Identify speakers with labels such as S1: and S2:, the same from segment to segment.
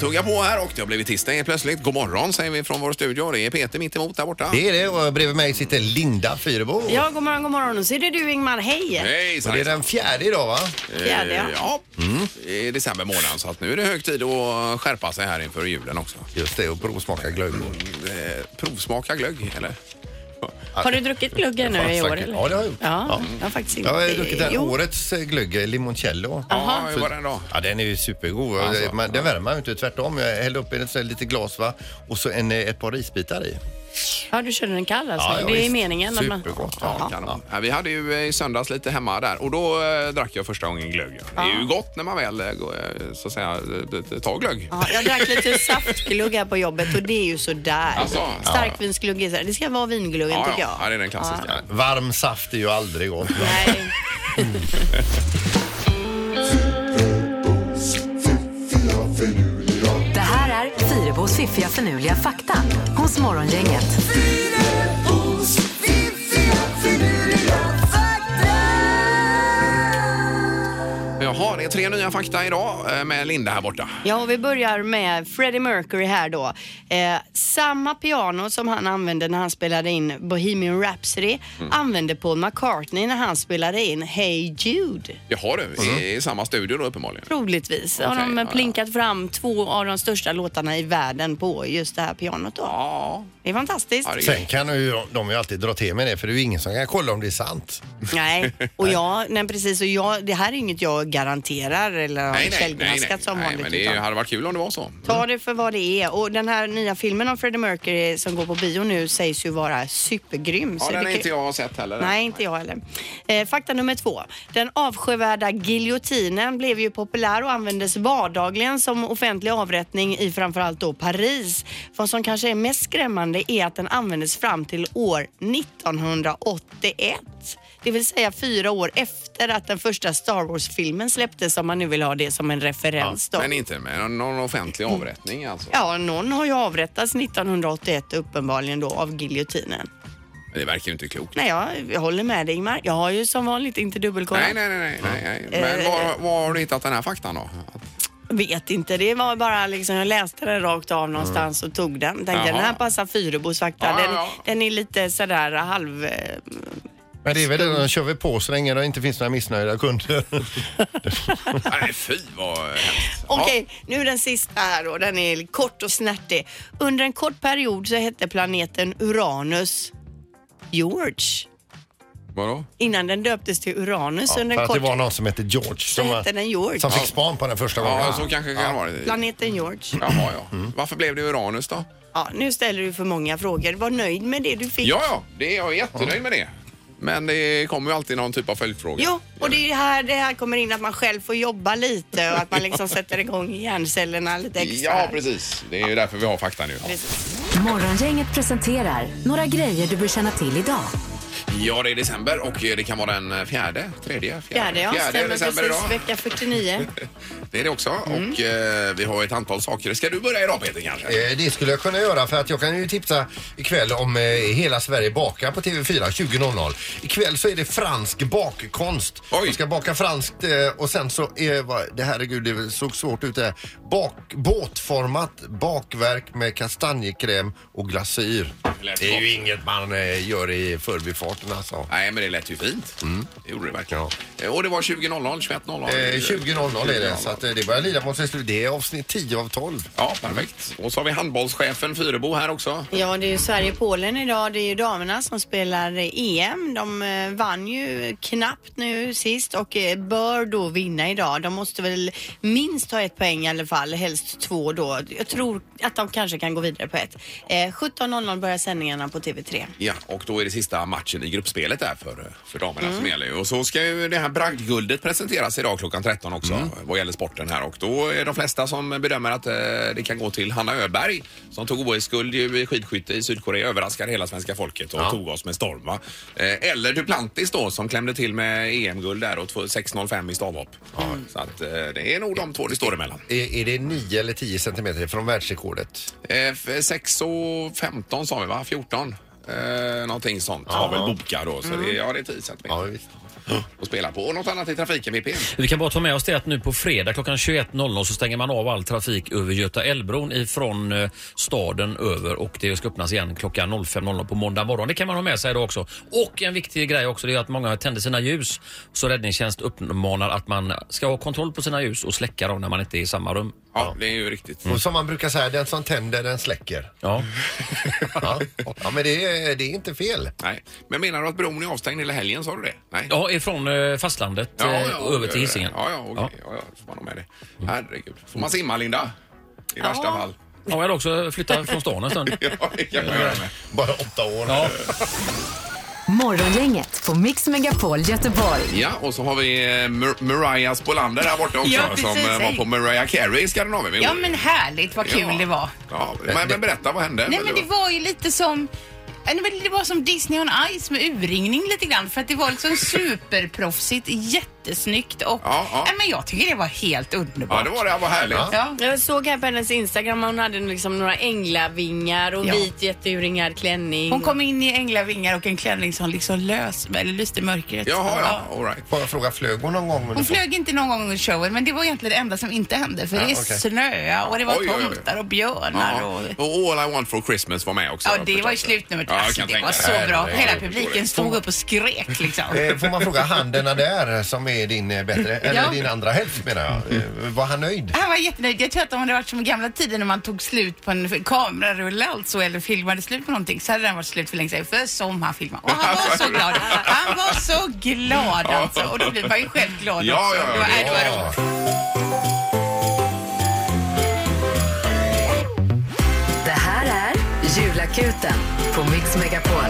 S1: tugga på här och det har blivit tisdag helt plötsligt. God morgon säger vi från vår studio. Det är Peter mitt emot där borta.
S2: Det är det och bredvid mig sitter Linda Fyrebo.
S3: Ja, god morgon, god morgon. Och så är det du Ingmar, hej!
S1: Hej,
S2: Och det är den Mm. fjärde idag va?
S3: Fjärde, ja.
S1: Eh, ja. I december månad så att nu är det hög tid att skärpa sig här inför julen också.
S2: Just det, och provsmaka glögg.
S1: Eh, Provsmaka glögg eller?
S3: Har du druckit glögg nu
S2: Ja,
S3: i år?
S2: säkert.
S3: Eller?
S2: Ja, det har jag gjort.
S3: Ja, jag har faktiskt inte.
S2: Jag har druckit den
S3: Jo.
S2: årets eh, glögg, eh, limoncello.
S1: Ja, hur var den då?
S2: Ja, den är ju supergod. eh,
S1: Alltså.
S2: Men den värmer ju inte, tvärtom. Jag hällde upp i ett sånt här litet glas va? och så en, eh, ett par risbitar i.
S3: Ja, du körde den kall alltså? det är
S2: visst.
S3: meningen. att man-
S2: Supergott.
S1: Ja,
S2: Ja.
S1: kanon. Ja, vi hade ju eh, i söndags lite hemma där och då eh, drack jag första gången glögg. Det är ju gott när man väl eh, går, eh, så att säga, eh, eh, tar glögg.
S3: Ja, jag drack lite saftglugg här på jobbet och det är ju sådär.
S1: Alltså, ja.
S3: Starkvinsglugg är sådär. Det ska vara vingluggen
S1: Ja,
S3: tycker jag.
S1: ja. ja, det är den klassiska.
S2: Varm saft är ju aldrig gott. va?
S3: Nej.
S4: Det här är Fyrabos fiffiga förnuliga fakta hos Morgongänget.
S1: Jaha, det är tre nya fakta idag eh, med Linda här borta.
S3: Ja, och vi börjar med Freddie Mercury här då. Eh, samma piano som han använde när han spelade in Bohemian Rhapsody använde Paul McCartney när han spelade in Hey Jude.
S1: Jaha du, i, i samma studio då uppenbarligen.
S3: Troligtvis har
S1: Okej,
S3: de
S1: ja, ja.
S3: plinkat fram två av de största låtarna i världen på just det här pianot då.
S1: Ja,
S3: Det är fantastiskt.
S1: Ja, det är-
S2: Sen kan ju de ju alltid dra till med det för det är ju ingen som kan kolla om det är sant.
S3: Nej, och jag, nej precis, och jag, det här är inget jag garanterar eller har
S1: nej, nej, nej, nej.
S3: källgranskat som
S1: nej men
S3: vanligt. typ,
S1: det
S3: utan-
S1: hade varit kul om det var så.
S3: Ta det för vad det är. Och den här nya filmen om Freddie Mercury som går på bio nu sägs ju vara supergrym.
S1: Ja, den
S3: så det
S1: har
S3: kan-
S1: inte jag sett heller.
S3: Nej, inte jag heller. Eh, fakta nummer två. Den avskyvärda giljotinen blev ju populär och användes vardagligen som offentlig avrättning i framförallt då Paris. Vad som kanske är mest skrämmande är att den användes fram till år 1981. Det vill säga fyra år efter att den första Star Wars-filmen släpptes om man nu vill ha det som en referens. då. Mm.
S1: Men inte med någon, någon offentlig avrättning alltså.
S3: Ja, någon har ju avrättats 1981 uppenbarligen då av giljotinen.
S1: Men Det verkar ju inte klokt.
S3: Nej, jag, jag håller med dig Ingmar. Jag har ju som vanligt inte dubbelkollat.
S1: Nej, nej, nej, nej, nej. nej. Men
S3: Eh,
S1: var, var har du hittat den här faktan då?
S3: Vet inte, det var bara liksom, jag läste den rakt av någonstans och tog den. Tänkte
S1: Jaha.
S3: den här passar Fyrebos fakta.
S1: Ja, ja,
S3: den,
S1: ja.
S3: den är lite sådär halv... eh,
S2: Men det är väl det, de kör vi på så länge det inte finns några missnöjda kunder.
S1: nej, fy vad hemskt. Ja.
S3: Okej, nu den sista här då. Den är kort och snärtig. Under en kort period så hette planeten Uranus George.
S1: Vadå?
S3: Innan den döptes till Uranus
S2: För
S3: under en
S2: att det
S3: kort...
S2: var någon som hette George
S3: Så
S2: som,
S3: hette den George.
S2: som fick span på den första gången.
S1: Ja, Mm. så kanske det kan vara. det.
S3: Planeten George.
S1: Jaha, ja. Varför blev det Uranus då?
S3: Ja, nu ställer du för många frågor. Var nöjd med det du fick.
S1: Ja, ja, det är jag jättenöjd med det. Men det kommer ju alltid någon typ av följdfråga.
S3: Jo, och det, är ju här, det här kommer in att man själv får jobba lite och att man liksom sätter igång hjärncellerna lite extra.
S1: Ja, precis. Det är ju därför vi har fakta nu.
S3: Precis.
S4: Morgongänget presenterar några grejer du bör känna till idag.
S1: Ja, det är december och eh, det kan vara den fjärde, tredje,
S3: Fjärde, ja. Stämmer
S1: december
S3: precis. Mm.
S1: idag.
S3: Vecka 49.
S1: Det är det också. Och eh, vi har ett antal saker. Ska du börja idag Peter kanske?
S2: Eh, Det skulle jag kunna göra för att jag kan ju tipsa ikväll om eh, Hela Sverige bakar på TV4 20.00. Ikväll så är det fransk bakkonst.
S1: Oj.
S2: Man ska baka franskt eh, och sen så är vad- det herregud det såg svårt ut det här. Bak, båtformat bakverk med kastanjekräm och glasyr.
S1: Lät
S2: Det är ju
S1: gott.
S2: inget man eh, gör i förbifarten alltså.
S1: Nej, men det lät ju fint. Det gjorde det verkligen. Eh, Och det var 20.00, 21.00?
S2: Mm. Eh, 20.00 är det
S1: 20.00.
S2: så att eh, det börjar lida mot sitt slut. Det är avsnitt 10 av 12.
S1: Ja, perfekt. Och så har vi handbollschefen Fyrebo här också.
S3: Ja, det är ju Sverige-Polen idag. Det är ju damerna som spelar EM. De eh, vann ju knappt nu sist och eh, bör då vinna idag. De måste väl minst ha ett poäng i alla fall, helst två då. Jag tror att de kanske kan gå vidare på ett. Eh, 17.00 börjar sändningarna på TV3.
S1: Ja, och då är det sista matchen i gruppspelet där för, för damerna som gäller. ju. Och så ska ju det här bragdguldet presenteras idag klockan 13 också vad gäller sporten här. Och då är de flesta som bedömer att eh, det kan gå till Hanna Öberg som tog OS-guld ju i skidskytte i Sydkorea, överraskade hela svenska folket och tog oss med storm. Va? Eh, eller Duplantis då som klämde till med EM-guld där och 6.05 i stavhopp. Så att eh, det är nog de två det står emellan.
S2: Är, är det 9 eller 10 centimeter från världsrekordet?
S1: Eh, f- 6 och 15 sa vi va? 14? Eh, någonting sånt. Har väl Boka då. Så det, ja, det är tisat
S2: Ja,
S1: med.
S2: visst.
S1: Och spela på. Och något annat i trafiken, VPN.
S5: Vi kan bara ta med oss det att nu på fredag klockan 21.00 så stänger man av all trafik över Göta Älvbron ifrån eh, staden över och det ska öppnas igen klockan 05.00 på måndag morgon. Det kan man ha med sig då också. Och en viktig grej också det är att många tänder sina ljus så räddningstjänst uppmanar att man ska ha kontroll på sina ljus och släcka dem när man inte är i samma rum.
S1: Ja, det är ju riktigt.
S2: Och som man brukar säga, den som tänder den släcker.
S5: Ja.
S1: Mm.
S2: Ja, ja men det är, det är inte fel.
S1: Nej. Men menar du att bron är avstängd hela helgen? Sa du det? Nej.
S5: Ja, ifrån eh, fastlandet eh, över till Hisingen.
S1: Ja, ja, okej. ja. ja, så får man ha med det. Herregud. Får man simma, Linda? I värsta fall.
S5: Ja, jag vill också flytta från stan en stund.
S1: Ja, det kan man göra med.
S2: Bara åtta år.
S5: Ja.
S4: Morgongänget på Mix Megapol Göteborg.
S1: Ja, och så har vi eh, Mar- Mariah Spolander här borta också
S6: Ja, precis.
S1: som eh, var på Mariah Carey i Skandinavien
S6: Ja
S1: igår.
S6: men härligt vad kul
S1: Ja.
S6: det var.
S1: Ja, men, men berätta, vad hände?
S6: Nej men det var ju lite som ja, men det var som Disney on Ice med urringning lite grann för att det var liksom superproffsigt, jättesnyggt och
S1: Ja, ja.
S6: Nej, men jag tycker det var helt underbart.
S1: Ja, det var det. Ja, Vad härligt.
S6: Ja.
S3: Jag såg här på hennes Instagram hon hade liksom några änglavingar och
S6: Ja.
S3: vit jätteuringad klänning.
S6: Hon kom in i änglavingar och en klänning som liksom lös, eller lyste i mörkret.
S1: Jaha, ja. All right.
S2: Får jag fråga, flög hon någon gång?
S6: Hon flög inte någon gång under showen men det var egentligen det enda som inte hände för det är
S2: okej.
S6: snö och det var
S1: Oj, oj, oj.
S6: tomtar och björnar
S1: Ja.
S6: och...
S1: Och All I Want For Christmas var med också.
S6: Ja,
S1: då,
S6: det var ju
S1: förstås.
S6: slutnumret.
S1: Ja, jag
S6: alltså,
S1: kan
S6: det
S1: tänka
S6: var
S1: mig.
S6: så
S1: Nej,
S6: bra.
S1: det var-
S6: Hela
S1: det var-
S6: publiken stod upp och skrek liksom.
S2: Eh, Får man fråga han den där som är din eh, bättre, eller
S6: Ja.
S2: din andra hälft menar jag. Eh, Var han nöjd?
S6: Han var jättenöjd. Jag tror att om det varit som i gamla tider när man tog slut på en kamerarulle alltså eller filmade slut på någonting så hade den varit slut för länge sedan. För som han filmade. Och han var så glad. Han var så glad alltså. Och då blir man ju själv glad
S1: Ja,
S6: också.
S1: ja, ja,
S6: det var, nej, det var
S2: ja.
S6: roligt.
S4: Det här är Julakuten på Mix Megapol.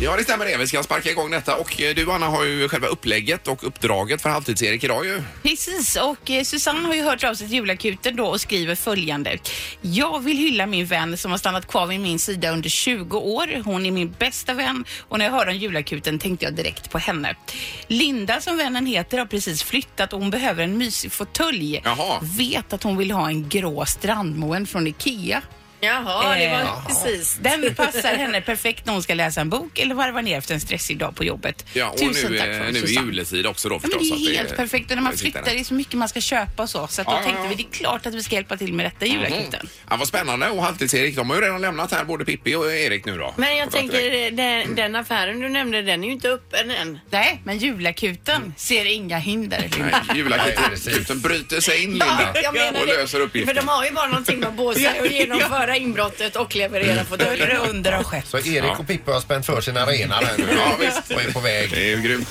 S1: Ja, det stämmer det. Vi ska sparka igång detta. Och eh, du, Anna, har ju själva upplägget och uppdraget för Halvtids-Erik idag ju.
S6: Precis, och eh, Susanne har ju hört av sig till julakuten då och skriver följande. Jag vill hylla min vän som har stannat kvar vid min sida under 20 år. Hon är min bästa vän och när jag hörde om julakuten tänkte jag direkt på henne. Linda som vännen heter har precis flyttat och hon behöver en mysig fåtölj.
S1: Jaha.
S6: Vet att hon vill ha en grå strandmoen från IKEA.
S3: Jaha, det var
S6: Eh,
S3: precis.
S6: Den passar henne perfekt när hon ska läsa en bok eller varva ner efter en stressig dag på jobbet.
S1: Ja, och nu, eh, nu är juletid också då
S6: Ja, men
S1: förstås.
S6: det
S1: så att
S6: är helt perfekt och när man
S1: jag tittar
S6: flyttar det är så mycket man ska köpa och så. Så att då
S1: Ja, ja,
S6: tänkte
S1: ja. Mhm.
S6: vi det är klart att vi ska hjälpa till med detta i julakuten.
S1: Mm. Ja, vad spännande. Och Halvtids-Erik, de har ju redan lämnat här, både Pippi och Erik nu då.
S3: Men jag
S1: För att direkt-
S3: tänker eh, den, den affären du nämnde den är ju inte öppen än.
S6: Nej, men julakuten ser inga hinder.
S1: Mm. Nej, Julakuten bryter sig in, Linda, och
S3: det.
S1: löser uppgiften.
S3: För de har ju bara någonting med på sig och genomföra inbrottet och leverera
S6: Större
S3: fåtöljer.
S6: under har skett.
S2: Så Erik
S1: Ja.
S2: och Pippa har spänt för sin arena här nu
S1: Ja, visst.
S2: och är på väg.
S1: Det är ju grymt.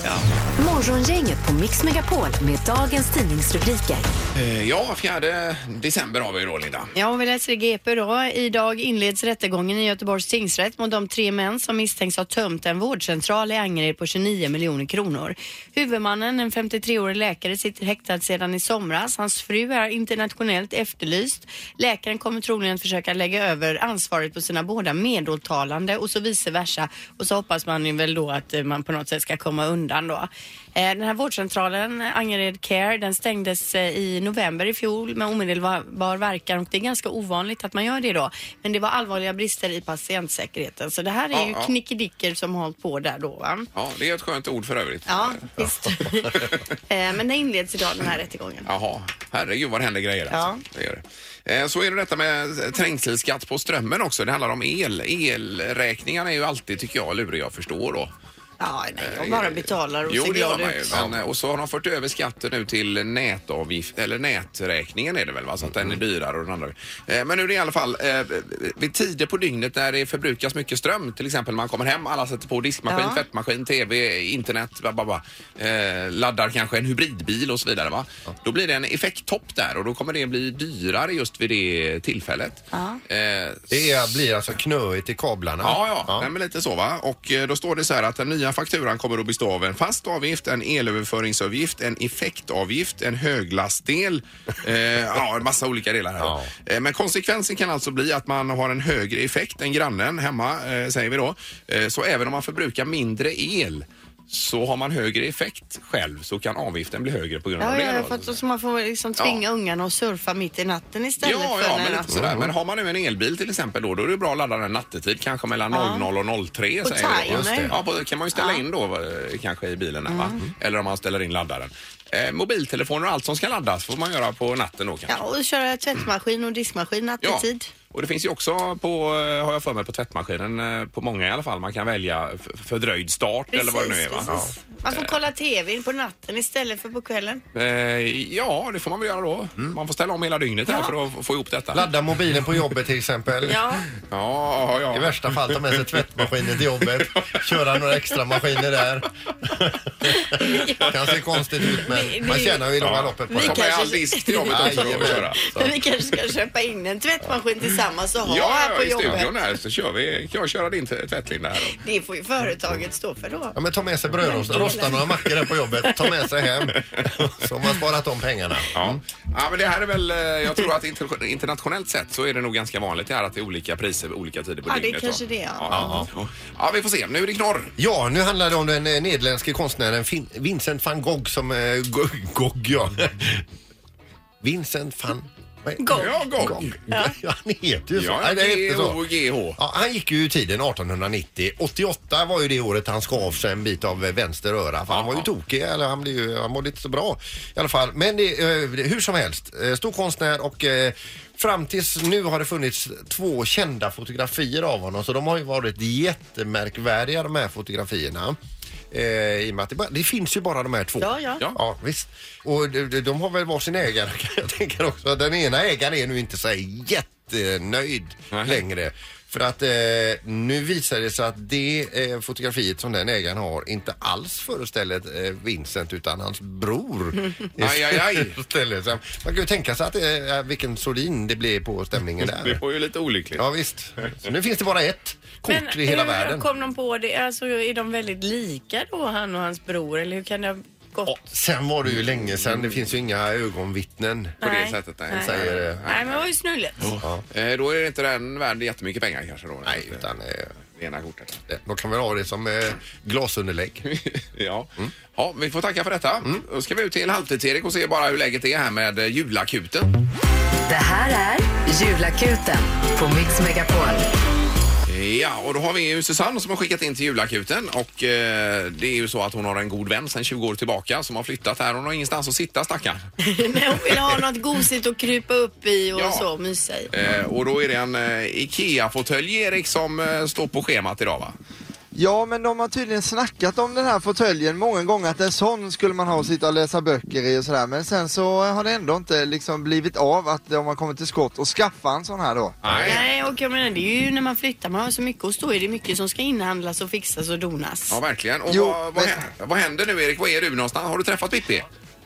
S4: Morgongänget på Mix Megapol med dagens tidningsrubriker.
S1: Eh, Ja, fjärde december har vi ju då, Linda.
S3: Ja, och vi läser i GP då. Idag inleds rättegången i Göteborgs tingsrätt mot de tre män som misstänks ha tömt en vårdcentral i Angered på 29 miljoner kronor. Huvudmannen, en 53-årig läkare, sitter häktad sedan i somras. Hans fru är internationellt efterlyst. Läkaren kommer troligen försöka lägga över ansvaret på sina båda medåtalande och så vice versa. Och så hoppas man ju väl då att eh, man på något sätt ska komma undan då. Eh, Den här vårdcentralen, Angered Care, den stängdes eh, i november i fjol med omedelbar verkan och det är ganska ovanligt att man gör det då. Men det var allvarliga brister i patientsäkerheten så det här är
S1: Ja,
S3: ju
S1: ja.
S3: knickedicker som har hållit på där då va.
S1: Ja, det är ett skönt ord för övrigt.
S3: Ja, visst. Eh, Men det inleds idag den här rättegången.
S1: Jaha, herregud vad det händer grejer alltså. Det gör det. Eh, Så är det detta med trängselskatt på strömmen också. Det handlar om el. Elräkningarna är ju alltid, tycker jag, luriga att förstå då.
S3: Ja, nej, jag bara betalar och
S1: Jo,
S3: ser
S1: det gör
S3: glad
S1: man ju.
S3: ut.
S1: Men, eh, och så har de fört över skatten nu till nätavgift, eller näträkningen är det väl va? Så att den är
S3: Mm.
S1: dyrare och den andra. Eh, Men nu är det i alla fall eh, vid tider på dygnet när det förbrukas mycket ström, till exempel när man kommer hem, alla sätter på diskmaskin,
S3: Ja.
S1: tvättmaskin, tv, internet, ba, ba, ba, eh, laddar kanske en hybridbil och så vidare va? Då blir det en effekttopp där och då kommer det bli dyrare just vid det tillfället. Eh,
S2: Det är, blir alltså knöigt i kablarna.
S1: Ja, ja, Nej, men lite så va. Och eh, då står det så här att den nya fakturan kommer att bestå av en fast avgift, en elöverföringsavgift, en effektavgift, en höglastdel. Eh, ja, en massa olika delar här.
S2: Ja.
S1: Eh, men konsekvensen kan alltså bli att man har en högre effekt än grannen hemma, eh, säger vi då. Eh, så även om man förbrukar mindre el så har man högre effekt själv så kan avgiften bli högre på grund av
S3: Ja,
S1: det.
S3: ja,
S1: då.
S3: för att då så man får liksom tvinga ungarna att surfa mitt i natten istället
S1: Ja,
S3: för
S1: ja
S3: när
S1: men lite
S3: natten-
S1: sådär. Men har man nu en elbil till exempel då, då är det bra att ladda den nattetid, kanske mellan 00 och 03.
S3: På
S1: säger vi.
S3: timer. Just det.
S1: Ja, på, kan man ju ställa in då eh, kanske i bilen där, va?
S3: Mm.
S1: Eller om man ställer in laddaren. Eh, mobiltelefoner och allt som ska laddas får man göra på natten då kanske.
S3: Ja, och köra tvättmaskin och diskmaskin nattetid.
S1: Och det finns ju också på, eh, har jag för mig, på tvättmaskinen, eh, på många i alla fall, man kan välja f- fördröjd start eller vad det nu är va? Ja.
S3: precis. Man får kolla TV på natten istället för på kvällen.
S1: Eh, ja, det får man väl göra då.
S3: Mm.
S1: Man får ställa om hela dygnet här för att f- få ihop detta.
S2: Ladda mobilen på jobbet till exempel.
S3: Ja,
S1: Ja, ja.
S2: I värsta fall ta med sig tvättmaskinen till jobbet, köra några extra maskiner där. kan se konstigt ut men man tjänar ju i långa loppet på
S1: Ta
S3: Vi
S2: det.
S1: med
S3: kanske-
S1: all disk till jobbet också och
S2: Jajamän.
S1: köra.
S3: men vi kanske ska köpa in en tvättmaskin tillsammans och ha
S1: Ja,
S3: här
S1: ja,
S3: på
S1: i studion
S3: jobbet.
S1: här så kör vi. Kan jag köra din t- tvättlinda här då?
S3: Det får ju företaget stå för då.
S2: Ja, men ta med sig brödrost, rosta några mackor där på jobbet, ta med sig hem. Så har man sparat de pengarna.
S1: Ja. ja, men det här är väl, eh, jag tror att inter- internationellt sett så är det nog ganska vanligt det här att det är olika priser vid olika tider på
S3: Ja, det är
S1: dygnet.
S3: kanske
S1: va?
S3: det, ja.
S1: Ja, ja. ja, vi får se. Nu är det knorr.
S2: Ja, nu handlar det om den eh, nederländske konstnären fin- Vincent van Gogh som... Eh, Gogh, Gogh ja. Vincent van... vad heter-
S3: Gogh.
S1: Ja, Gogh.
S2: Ja. Han heter ju så.
S1: Ja,
S2: Nej, det heter så.
S1: G-H-G-H.
S2: Ja, han gick ju ur tiden 1890. 88 var ju det året han skav sig en bit av eh, vänster öra. För han var ju tokig, eller han, blev, ju- han mådde inte så bra i alla fall. Men det, eh, det- hur som helst, eh, stor konstnär och eh, fram tills nu har det funnits två kända fotografier av honom. Så de har ju varit jättemärkvärdiga de här fotografierna. Eh, I och med att det, bara, det finns ju bara de här två.
S3: Ja, ja.
S1: Ja.
S2: Ja, visst. Och de, de- de har väl varsin ägare kan jag tänka också. Den ena ägaren är nu inte så här jättenöjd
S1: Nej.
S2: längre. För att eh, nu visar det sig att det eh, fotografiet som den ägaren har inte alls föreställer eh, Vincent utan hans bror.
S1: Aj, aj, aj.
S2: Istället. Så Man kan ju tänka sig att eh, vilken solin det blir på stämningen
S1: Det
S2: där.
S1: var ju lite olyckligt.
S2: Ja visst. Så nu finns det bara ett kort i hela
S3: hur
S2: världen.
S3: eh, kom de på det? Alltså, är de väldigt lika då, han och hans bror? Eller hur kan det ha gått?
S2: Ja, Sen var det ju länge sen. Det finns ju inga ögonvittnen.
S1: på det
S3: Nej.
S1: sättet, nej.
S3: Nej.
S2: Säger, eh,
S3: Nej, men det var ju snulligt.
S1: Eh, Då är det inte den värd jättemycket pengar kanske då?
S2: nej, utan eh,
S1: Det ena kortet.
S2: De kan väl ha det som eh, glasunderlägg.
S1: ja.
S7: Mm.
S1: ja, vi får tacka för detta. Då ska vi ut till Halvtids-Erik och se bara hur läget är här med eh, julakuten.
S4: Det här är Julakuten på Mix Megapol.
S1: Ja, och då har vi ju Susanne som har skickat in till julakuten och eh, det är ju så att hon har en god vän sedan 20 år tillbaka som har flyttat här. Hon har ingenstans att sitta stackarn.
S3: Men hon ville ha något gosigt att krypa upp i och
S1: Ja.
S3: så mysa i.
S1: Eh, och då är det en eh, IKEA-fåtölj, Erik, som eh, står på schemat idag va?
S7: Ja, men de har tydligen snackat om den här fåtöljen många gånger att en sån skulle man ha och sitta och läsa böcker i och sådär. Men sen så har det ändå inte liksom blivit av att de har kommit till skott och skaffa en sån här då.
S3: Nej, och jag menar, det är ju när man flyttar, man har så mycket att stå i. Det är mycket som ska inhandlas och fixas och donas.
S1: Ja, verkligen. Och
S7: Jo,
S1: vad, vad,
S7: men-
S1: hä- vad händer nu Erik? Var är du någonstans? Har du träffat Pippi?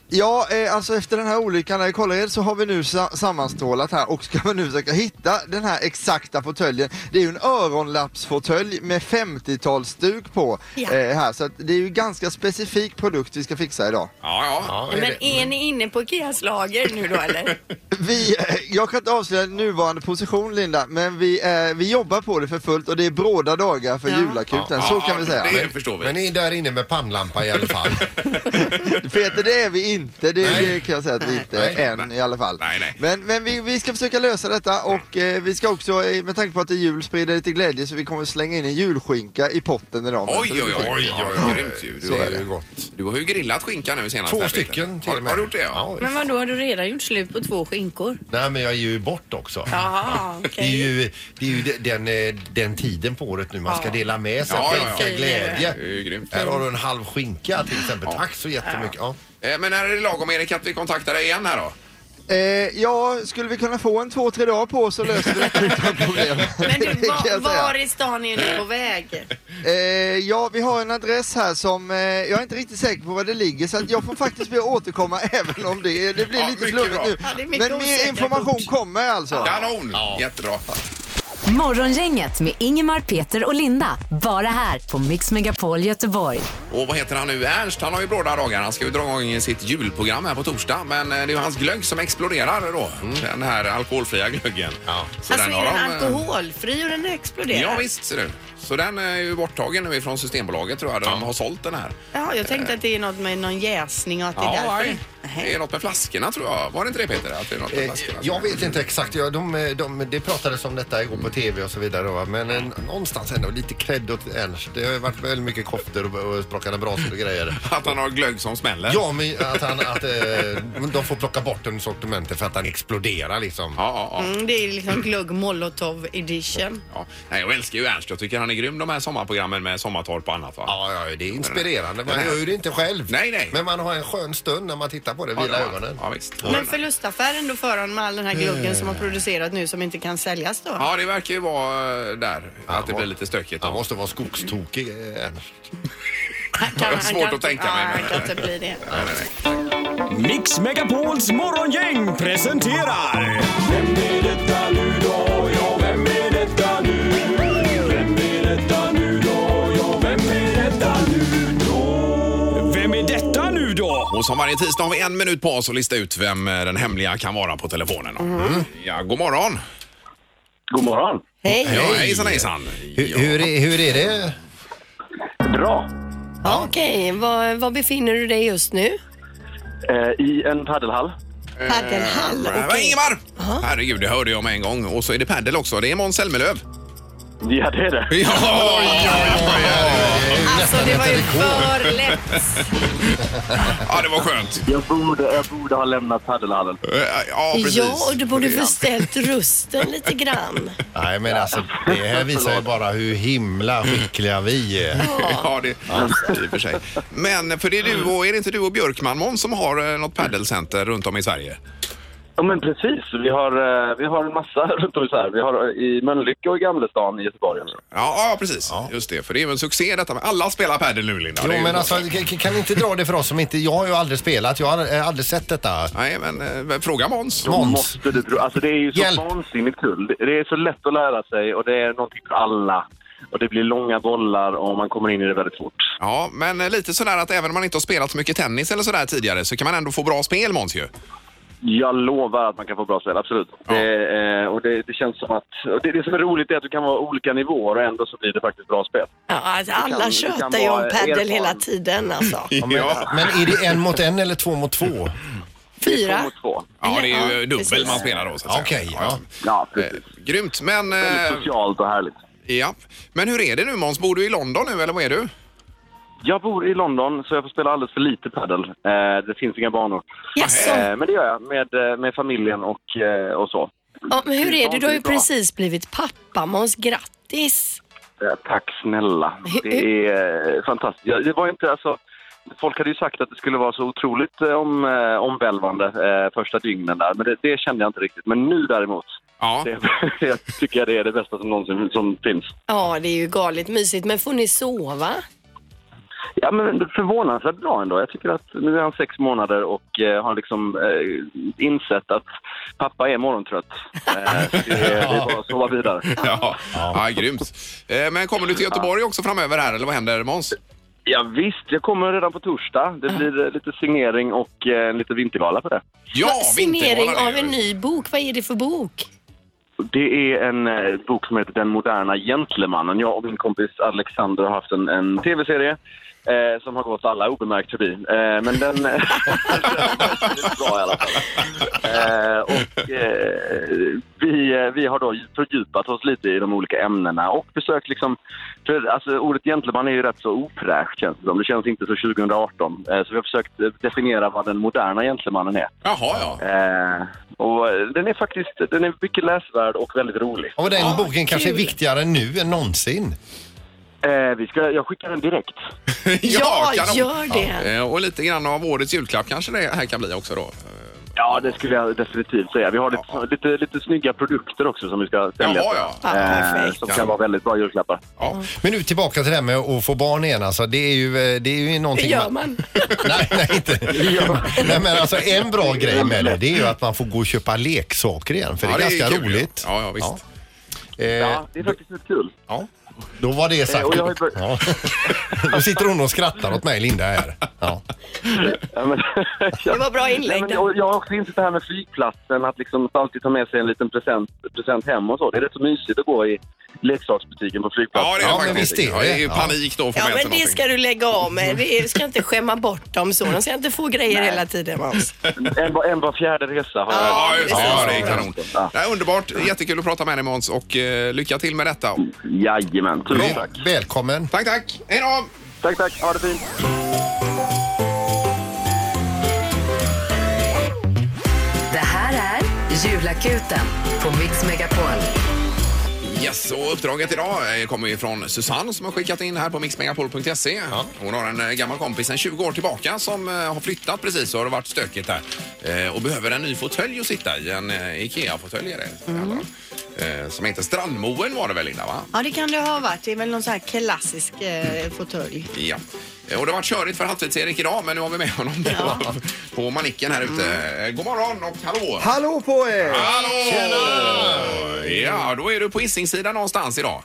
S7: Ja, eh, alltså efter den här olyckan där i Kållered så har vi nu sa- sammanstrålat här och ska vi nu försöka hitta den här exakta fåtöljen. Det är ju en öronlappsfåtölj med 50-talsduk på
S3: Ja.
S7: eh, här så att det är ju ganska specifik produkt vi ska fixa idag.
S1: Ja, ja. ja.
S3: Men är ni inne på Ikeas lager nu då eller?
S7: Vi, eh, jag kan inte avslöja nuvarande position Linda, men vi, eh, vi jobbar på det för fullt och det är bråda dagar för
S3: Ja.
S7: julakuten, så kan vi säga.
S1: Det förstår vi.
S2: Men ni är där inne med pannlampa i alla fall.
S7: Peter, det är vi inte. Det,
S2: Nej.
S7: det kan jag säga att vi inte
S2: Nej.
S7: är än i alla fall.
S1: Nej, nej.
S7: Men, men vi, vi ska försöka lösa detta och eh, vi ska också, eh, med tanke på att det är jul, sprida lite glädje så vi kommer slänga in en julskinka i potten idag.
S1: Oj, oj, oj. oj, oj. Grymt ju.
S2: Så
S1: Du,
S2: är det
S1: är-
S2: ju gott.
S1: du har ju grillat skinka nu senast.
S2: Två
S1: här, Peter.
S2: stycken till
S1: har,
S2: och med.
S1: har du gjort det? Ja.
S3: Men vadå, har du redan gjort slut på två skinkor?
S2: Nej, men jag är ju bort också.
S3: Jaha,
S2: Det är ju, det är ju de- den, eh, den tiden på året nu man ska dela med sig,
S1: Ja, ja, ja.
S2: skänka
S1: Det är ju
S2: glädje.
S1: grymt.
S2: Här har du en halv skinka till exempel. Tack så jättemycket. Ja.
S1: Eh, Men är det lagom Erik att vi kontaktar dig igen här då?
S7: Eh, ja, skulle vi kunna få en två, tre dagar på oss så löser vi detta utan problem.
S3: Men
S7: Det
S3: du,
S7: kan
S3: var,
S7: jag säga.
S3: var i stan är ni på väg?
S7: Eh, ja, vi har en adress här som eh, jag är inte riktigt säker på var det ligger så att jag får faktiskt be att återkomma även om det, det blir
S1: Ja,
S7: lite
S1: mycket
S7: slurrigt
S1: bra.
S7: nu.
S3: Ja, det är mycket
S7: Men mer
S3: osäkra
S7: information
S3: kort.
S7: kommer alltså.
S1: Kanon! Jättebra.
S4: Morgongänget med Ingemar, Peter och Linda. Bara här på Mix Megapol Göteborg.
S1: Och vad heter han nu? Ernst, han har ju bråda dagar. Han ska ju dra igång sitt julprogram här på torsdag. Men eh, det är ju hans glögg som exploderar då.
S2: Mm.
S1: Den här alkoholfria glöggen. Ja. Så
S3: Alltså är den
S1: de, eh,
S3: alkoholfri och den exploderar?
S1: Ja visst ser du. Så den är ju borttagen nu ifrån Systembolaget tror jag. De har sålt den här.
S3: Ja, jag tänkte att det är något med någon jäsning och att det är därför.
S1: nej. Det är något med flaskorna tror jag. Var det inte det Peter? Att det är något med
S2: Eh,
S1: flaskorna?
S2: Jag vet inte exakt. Ja, de, eh, de, det pratades om detta igår på tv och så vidare. va. Men en, någonstans ändå lite cred åt Ernst. Det har ju varit väldigt mycket koftor och, och sprakande brasor och grejer.
S1: Att han har glögg som smäller.
S2: Ja, men att, han, att eh, de får plocka bort den sortimentet för att han exploderar liksom.
S1: Ja, ja, ja.
S3: Mm, det är liksom glögg molotov edition.
S1: Ja. Nej, jag älskar ju Ernst. Jag tycker han är grym de här sommarprogrammen med sommartorp och annat. Va?
S2: Ja, ja, det är inspirerande. Man
S1: Nej.
S2: gör ju det inte själv.
S1: Nej, nej.
S2: Men man har en skön stund när man tittar på det,
S1: Ja,
S2: vila
S1: det har han.
S2: ögonen.
S1: Ja, visst.
S3: Men förlustaffären då för honom med all den här gluggen som har producerat nu som inte kan säljas då?
S1: Ja, det verkar ju vara eh, där. Att det blir lite stökigt.
S2: Han måste vara skogstokig, eh, Ernst.
S3: Han kan,
S1: det är svårt
S3: kan
S1: att tänka
S3: inte,
S1: mig, men-
S3: Ja, han kan inte bli det.
S8: Mix Megapols morgongäng presenterar... Vem är detta nu då? Ja, vem är detta nu? Vem är detta nu då? Ja, vem är detta nu då? Vem är detta nu då?
S1: Och som varje tisdag har vi en minut på oss att lista ut vem eh, den hemliga kan vara på telefonen. Mm. Ja, god morgon!
S9: God morgon.
S3: Hej!
S1: Ja, hejsan hejsan!
S2: Hur, hur, är, hur är det?
S9: Bra.
S3: Okej, var, var befinner du dig just nu?
S9: Eh, I en paddelhall.
S3: Eh, Paddelhall,
S1: Här var
S3: okej.
S1: Ingemar! Herregud, det hörde jag med en gång. Och så är det padel också. Det är Måns Zelmerlöw.
S9: Ja, det är det.
S1: Ja, ja,
S3: Alltså det var ju för lätt.
S1: ja, det var skönt.
S9: Jag borde, jag borde ha lämnat paddelhallen.
S1: Eh, Ja, precis.
S3: Ja, och du borde
S1: Ja.
S3: förställt rösten lite grann.
S2: Nej, men alltså det här visar ju bara hur himla skickliga vi är.
S1: Ja, det i och för sig. Men för det är du och, är det inte du och Björkman Måns som har eh, något padelcenter runt om i Sverige?
S9: Ja, men precis. Vi har, eh, vi har en massa runt om i Sverige. Vi har eh, i Mölnlycke och i Gamlestan i Göteborg.
S1: Ja, ja precis. Just det. För det är ju en succé detta med alla spelar padel nu, Linda.
S2: Jo,
S1: Det är ju
S2: men
S1: bra.
S2: alltså k- k- kan ni inte dra det för oss som inte... Jag har ju aldrig spelat, jag har eh, aldrig sett detta.
S1: Nej, men eh, fråga Måns.
S2: Måns.
S9: Måste du tro. Alltså, det är ju så
S2: Hjälp.
S9: vansinnigt kul. Det- Det är så lätt att lära sig och det är någonting för alla. Och det blir långa bollar och man kommer in i det väldigt fort.
S1: Ja, men eh, lite sådär att även om man inte har spelat så mycket tennis eller sådär tidigare så kan man ändå få bra spel, Måns ju.
S9: Jag lovar att man kan få bra spel, absolut. Det, eh, och det, det känns som att... Och det, det som är roligt är att du kan vara olika nivåer och ändå så blir det faktiskt bra spel.
S3: Ja, alltså,
S9: Det
S3: alla
S9: kan- det
S3: tjötar
S9: kan
S3: ju om
S9: vara
S3: padel
S9: erfaren.
S3: hela tiden alltså.
S1: Ja,
S2: Men är det en mot en eller två mot två?
S9: Två
S3: Fyra.
S9: mot två.
S1: ja det är ju
S3: Ja,
S1: dubbel
S3: precis.
S1: man spelar då, så att
S2: Ja,
S1: säga.
S2: Okej, ja.
S9: Ja,
S1: Eh,
S9: precis.
S1: Grymt, men...
S9: Väldigt
S1: Eh,
S9: socialt och härligt.
S1: ja. Men hur är det nu, Måns? Bor du i London nu, eller vad är du?
S9: Jag bor i London så jag får spela alldeles för lite padel. Eh, det finns inga banor.
S3: Jaså?
S9: Eh, men det gör jag med, eh, med familjen och, eh, och så.
S3: Ja, men hur är det? Du har ju
S9: Bra.
S3: precis blivit pappa Måns, grattis!
S9: Eh, tack snälla. Det är eh, fantastiskt. Jag, det var inte alltså... Folk hade ju sagt att det skulle vara så otroligt eh, om, eh, omvälvande eh, första dygnen där, men det, det kände jag inte riktigt. Men nu däremot,
S1: Ja.
S9: det, jag tycker jag det är det bästa som någonsin som finns.
S3: Ja, det är ju galet mysigt. Men får ni sova?
S9: Ja, men det är förvånansvärt bra ändå. Jag tycker att nu är han sex månader och eh, har liksom eh, insett att pappa är morgontrött. Eh, det, är, det är bara att sova vidare.
S1: Ja, ja grymt. Eh, Men kommer du till Göteborg också framöver här eller vad händer Måns?
S9: Ja, visst, jag kommer redan på torsdag. Det blir eh, lite signering och eh, lite vintergala på det.
S1: Ja,
S3: Vad- Signering
S1: vintermånaden
S3: av en ny bok. Vad är det för bok?
S9: Det är en eh, bok som heter Den moderna gentlemannen. Jag och min kompis Alexander har haft en, en tv-serie eh, som har gått alla obemärkt förbi. Eh, men den... den är bra i alla fall. Eh, och, eh, vi, eh, vi har då fördjupat oss lite i de olika ämnena och försökt liksom... För, alltså, ordet gentleman är ju rätt så ofräscht känns det som. Det känns inte så 2018. Eh, så vi har försökt eh, definiera vad den moderna gentlemannen är.
S1: Jaha, ja.
S9: Eh, och eh, den är faktiskt den är mycket läsvärd och väldigt rolig.
S2: Och den boken kanske är viktigare nu än någonsin.
S9: Eh, vi ska, jag skickar den direkt.
S3: Ja,
S1: kanon.
S3: gör
S1: Ja,
S3: det.
S1: eh, Och lite grann av årets julklapp kanske det här kan bli också då.
S9: Ja, det skulle jag definitivt säga. Vi har lite, lite, lite snygga produkter också som vi ska sälja. Eh,
S1: Jaha, ja.
S3: Ja, perfekt.
S9: som kan vara väldigt bra julklappar.
S1: ja.
S2: Men nu tillbaka till det här med att få barn igen alltså. Det är ju, eh, det är ju
S3: Hur
S2: någonting...
S3: gör man?
S2: Nej, nej inte. Nej, men alltså en bra grej med det, det är ju att man får gå och köpa leksaker igen. För
S1: Ja,
S2: det är ganska
S1: kul,
S2: roligt.
S1: Ja, ja, ja visst.
S2: Eh,
S9: Ja, det är faktiskt rätt kul.
S2: ja. Då var det
S9: Eh,
S2: sagt.
S9: och jag har ju bör-
S2: ja. Då sitter hon och skrattar åt mig, Linda, här. Ja.
S9: Ja, men,
S3: Det var bra inlägg
S9: Nej, men
S3: där.
S9: jag, jag har också insett det här med flygplatsen, att liksom alltid ta med sig en liten present, present hem och så. Det är rätt så mysigt att gå i leksaksbutiken på flygplatsen.
S1: Ja, det är
S2: Ja,
S1: det
S2: men
S1: faktiskt.
S2: visst är
S1: Ja,
S2: det.
S1: det är ju
S2: Ja.
S1: panik då att få
S3: Ja,
S1: med sig
S3: men det
S1: någonting.
S3: ska du lägga av med. Vi ska inte skämma bort dem så. De ska inte få grejer hela tiden Måns.
S9: En, var- en var fjärde resa har jag.
S1: Ja, just det. Ja,
S9: Ja,
S1: det är kanon.
S9: ja.
S1: Det är underbart. Jättekul att prata med dig Måns och eh, lycka till med detta.
S9: Jajamän, tusen tack.
S2: Välkommen.
S1: Tack, tack. Hej då!
S9: Tack, tack. Ha det fint.
S4: Det här är Julakuten på Mix Megapol.
S1: Yes, och uppdraget idag eh, kommer ju från Susanne som har skickat in här på mixmegapol.se. Hon har en eh, gammal kompis sedan 20 år tillbaka som eh, har flyttat precis och har varit stökigt där. Eh, Och behöver en ny fåtölj att sitta i, en eh, IKEA-fåtölj är det.
S7: Mm.
S1: Eh, Som heter Strandmoen var det väl Linda va?
S3: Ja, det kan det ha varit. Det är väl någon sån här klassisk eh, fåtölj.
S1: Ja. Eh, Och det har varit körigt för Halvtids-Erik idag men nu har vi med honom på, på manicken här ute. Eh, God morgon och hallå!
S7: Mm. Hallå på er!
S1: Hallå! Ja, då är du på Hisingssidan någonstans idag.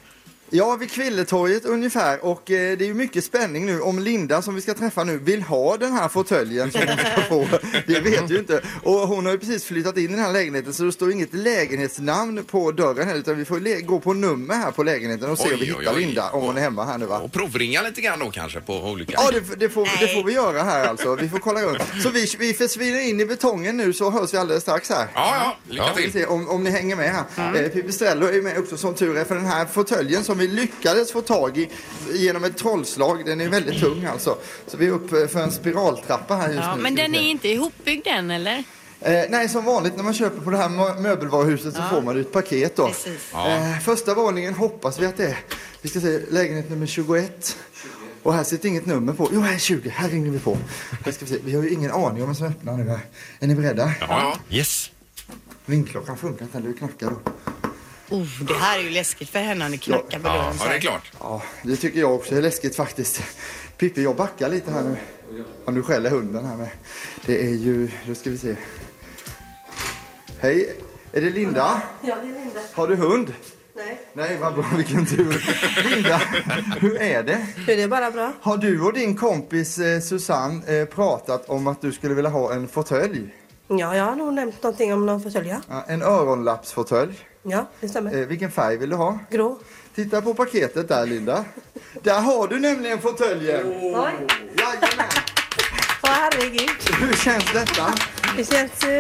S7: Ja, vid Kvilletorget ungefär och eh, det är ju mycket spänning nu om Linda som vi ska träffa nu vill ha den här fåtöljen som hon ska få. Det vet ju inte. Och hon har ju precis flyttat in i den här lägenheten så det står inget lägenhetsnamn på dörren här utan vi får le- gå på nummer här på lägenheten och se
S1: Oj,
S7: om vi
S1: oj,
S7: hittar
S1: oj.
S7: Linda om hon är hemma här nu va.
S1: Och provringa lite grann då kanske på olika...
S7: Ja, det, det, får, det får vi göra här alltså. Vi får kolla runt. Så vi, vi försvinner in i betongen nu så hörs vi alldeles strax här.
S1: Ja, ja, lycka
S2: Ja.
S7: Vi
S1: till.
S7: får se om, om ni hänger med här. Eh, Pipistrello är med också som tur är för den här fåtöljen som vi lyckades få tag i genom ett trollslag. Den är väldigt tung alltså. Så vi är uppe för en spiraltrappa här just
S10: Ja,
S7: nu.
S10: men
S7: ska vi
S10: den
S7: se.
S10: är inte ihopbyggd än eller?
S7: Eh, nej, som vanligt när man köper på det här mö- möbelvaruhuset så får man ett paket då.
S10: Precis.
S7: Eh, första våningen hoppas vi att det är. Vi ska se, lägenhet nummer 21. Och här sitter inget nummer på. Jo, här är 20. Här ringer vi på. Här ska vi, se. vi har ju ingen aning om vem som öppnar nu här. Är ni beredda?
S1: Ja,
S2: Yes.
S7: Ringklockan funkar inte, du knackar då.
S3: Oh, det här är ju läskigt för henne när ni knackar på dörren.
S1: ja, det är klart.
S7: Ja, det tycker jag också är läskigt faktiskt. Pippi, jag backar lite här nu. Om du skäller hunden här med. Det är ju, då ska vi se. Hej, är det Linda? Ja, det är Linda. Har du hund? Nej. Nej, vad bra, vilken tur. Linda, hur är det?
S11: Det är bara bra.
S7: Har du och din kompis eh, Susanne eh, pratat om att du skulle vilja ha en fåtölj?
S11: Ja, jag har nog nämnt någonting om någon fåtölj. ja.
S7: Ja, En öronlappsfåtölj.
S11: Ja, det stämmer.
S7: Eh, vilken färg vill du ha?
S11: Grå.
S7: Titta på paketet där, Linda. Där har du nämligen fåtöljen.
S11: Oj,
S7: Jajamän.
S11: åh herregud.
S7: Hur känns detta?
S11: Det känns, eh,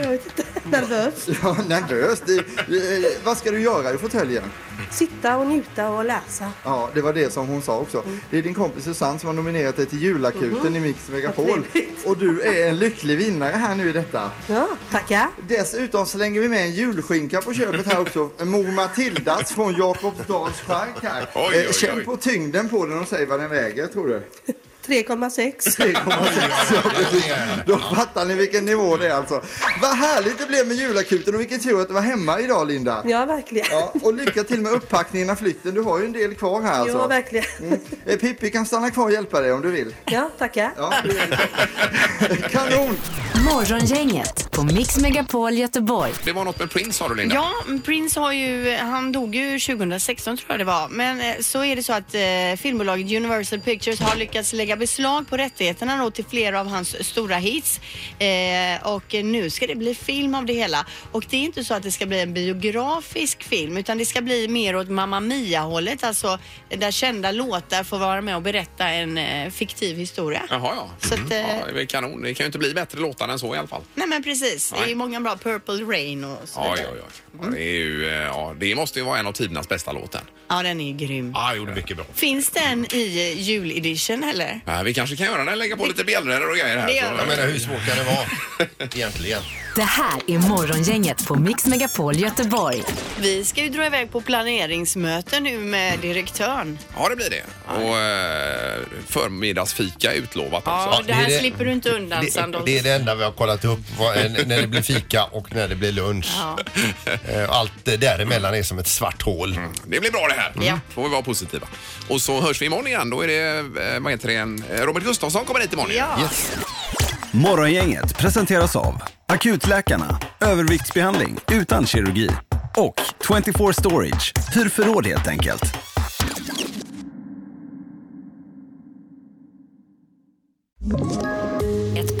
S11: jag vet inte, nervös.
S7: Ja, nervös. Det, eh, vad ska du göra i fåtöljen?
S11: Sitta och njuta och läsa.
S7: Ja, det var det som hon sa också.
S11: Mm.
S7: Det är din kompis Susanne som har nominerat dig till julakuten
S11: Mm-hmm.
S7: i Mix Megapol. Och du är en lycklig vinnare här nu i detta.
S11: Ja, tackar.
S7: Dessutom slänger vi med en julskinka på köpet här också. Mor Matildas från Jakobsdals skärk här.
S1: Oj, oj,
S7: Eh, Känn
S1: oj.
S7: på tyngden på den och säg vad den väger, tror du.
S11: 3,6.
S7: 3,6. Då fattar ni vilken nivå det är alltså. Vad härligt det blev med julakuten och vilken tur att du var hemma idag Linda.
S11: Ja, verkligen.
S7: Ja, och lycka till med upppackningen av flytten. Du har ju en del kvar här alltså.
S11: Ja, verkligen.
S7: Mm. Eh, Pippi kan stanna kvar och hjälpa dig om du vill.
S11: Ja, tackar.
S7: Ja. Kanon!
S4: Morgongänget på Mix Megapol Göteborg.
S1: Det var något med Prince sa du Linda.
S3: Ja, Prince har ju, han dog ju 2016 tror jag det var. Men eh, så är det så att eh, filmbolaget Universal Pictures har lyckats lägga beslag på rättigheterna då till flera av hans stora hits. Eh, och eh, nu ska det bli film av det hela. Och det är inte så att det ska bli en biografisk film utan det ska bli mer åt Mamma Mia-hållet. Alltså eh, där kända låtar får vara med och berätta en eh, fiktiv historia.
S1: Jaha, ja. Mm.
S3: Så att, eh,
S1: ja. Det är väl kanon. Det kan ju inte bli bättre låtar än så i alla fall.
S3: Nej men precis, det är
S1: Nej.
S3: ju många bra Purple Rain och så
S1: Ja,
S3: vidare.
S1: ja, ja.
S3: Mm.
S1: ja det, är ju, eh, ja, det måste ju vara en av tidernas bästa låtar.
S3: ja den är ju grym.
S2: Ja, gjorde mycket bra.
S3: Finns den i eh, juledition eller?
S1: Ja, vi kanske kan göra den, lägga på lite bjällror och grejer här.
S3: Det gör
S1: så-
S2: Jag menar, hur svårt kan det vara egentligen?
S4: Det här är Morgongänget på Mix Megapol Göteborg.
S3: Vi ska ju dra iväg på planeringsmöte nu med direktören.
S1: Ja, det blir det. Och eh, förmiddagsfika är utlovat
S3: Ja,
S1: också.
S3: det
S2: är
S3: här
S2: det-
S3: slipper du inte undan
S2: Det,
S3: Sandholt.
S2: det är det enda vi har kollat upp, vad, eh, när det blir fika och när det blir lunch.
S3: Ja.
S2: Eh, Allt det däremellan är som ett svart hål.
S1: Det blir bra det här. Mm.
S3: Ja.
S1: Får vi vara positiva. Och så hörs vi imorgon igen. Då är det, eh, vad heter det, eh, Robert Gustafsson kommer hit imorgon.
S3: Ja.
S8: Morgongänget presenteras av Akutläkarna, överviktsbehandling utan kirurgi och
S9: 24 Storage. Hur förråd helt enkelt.
S4: Ett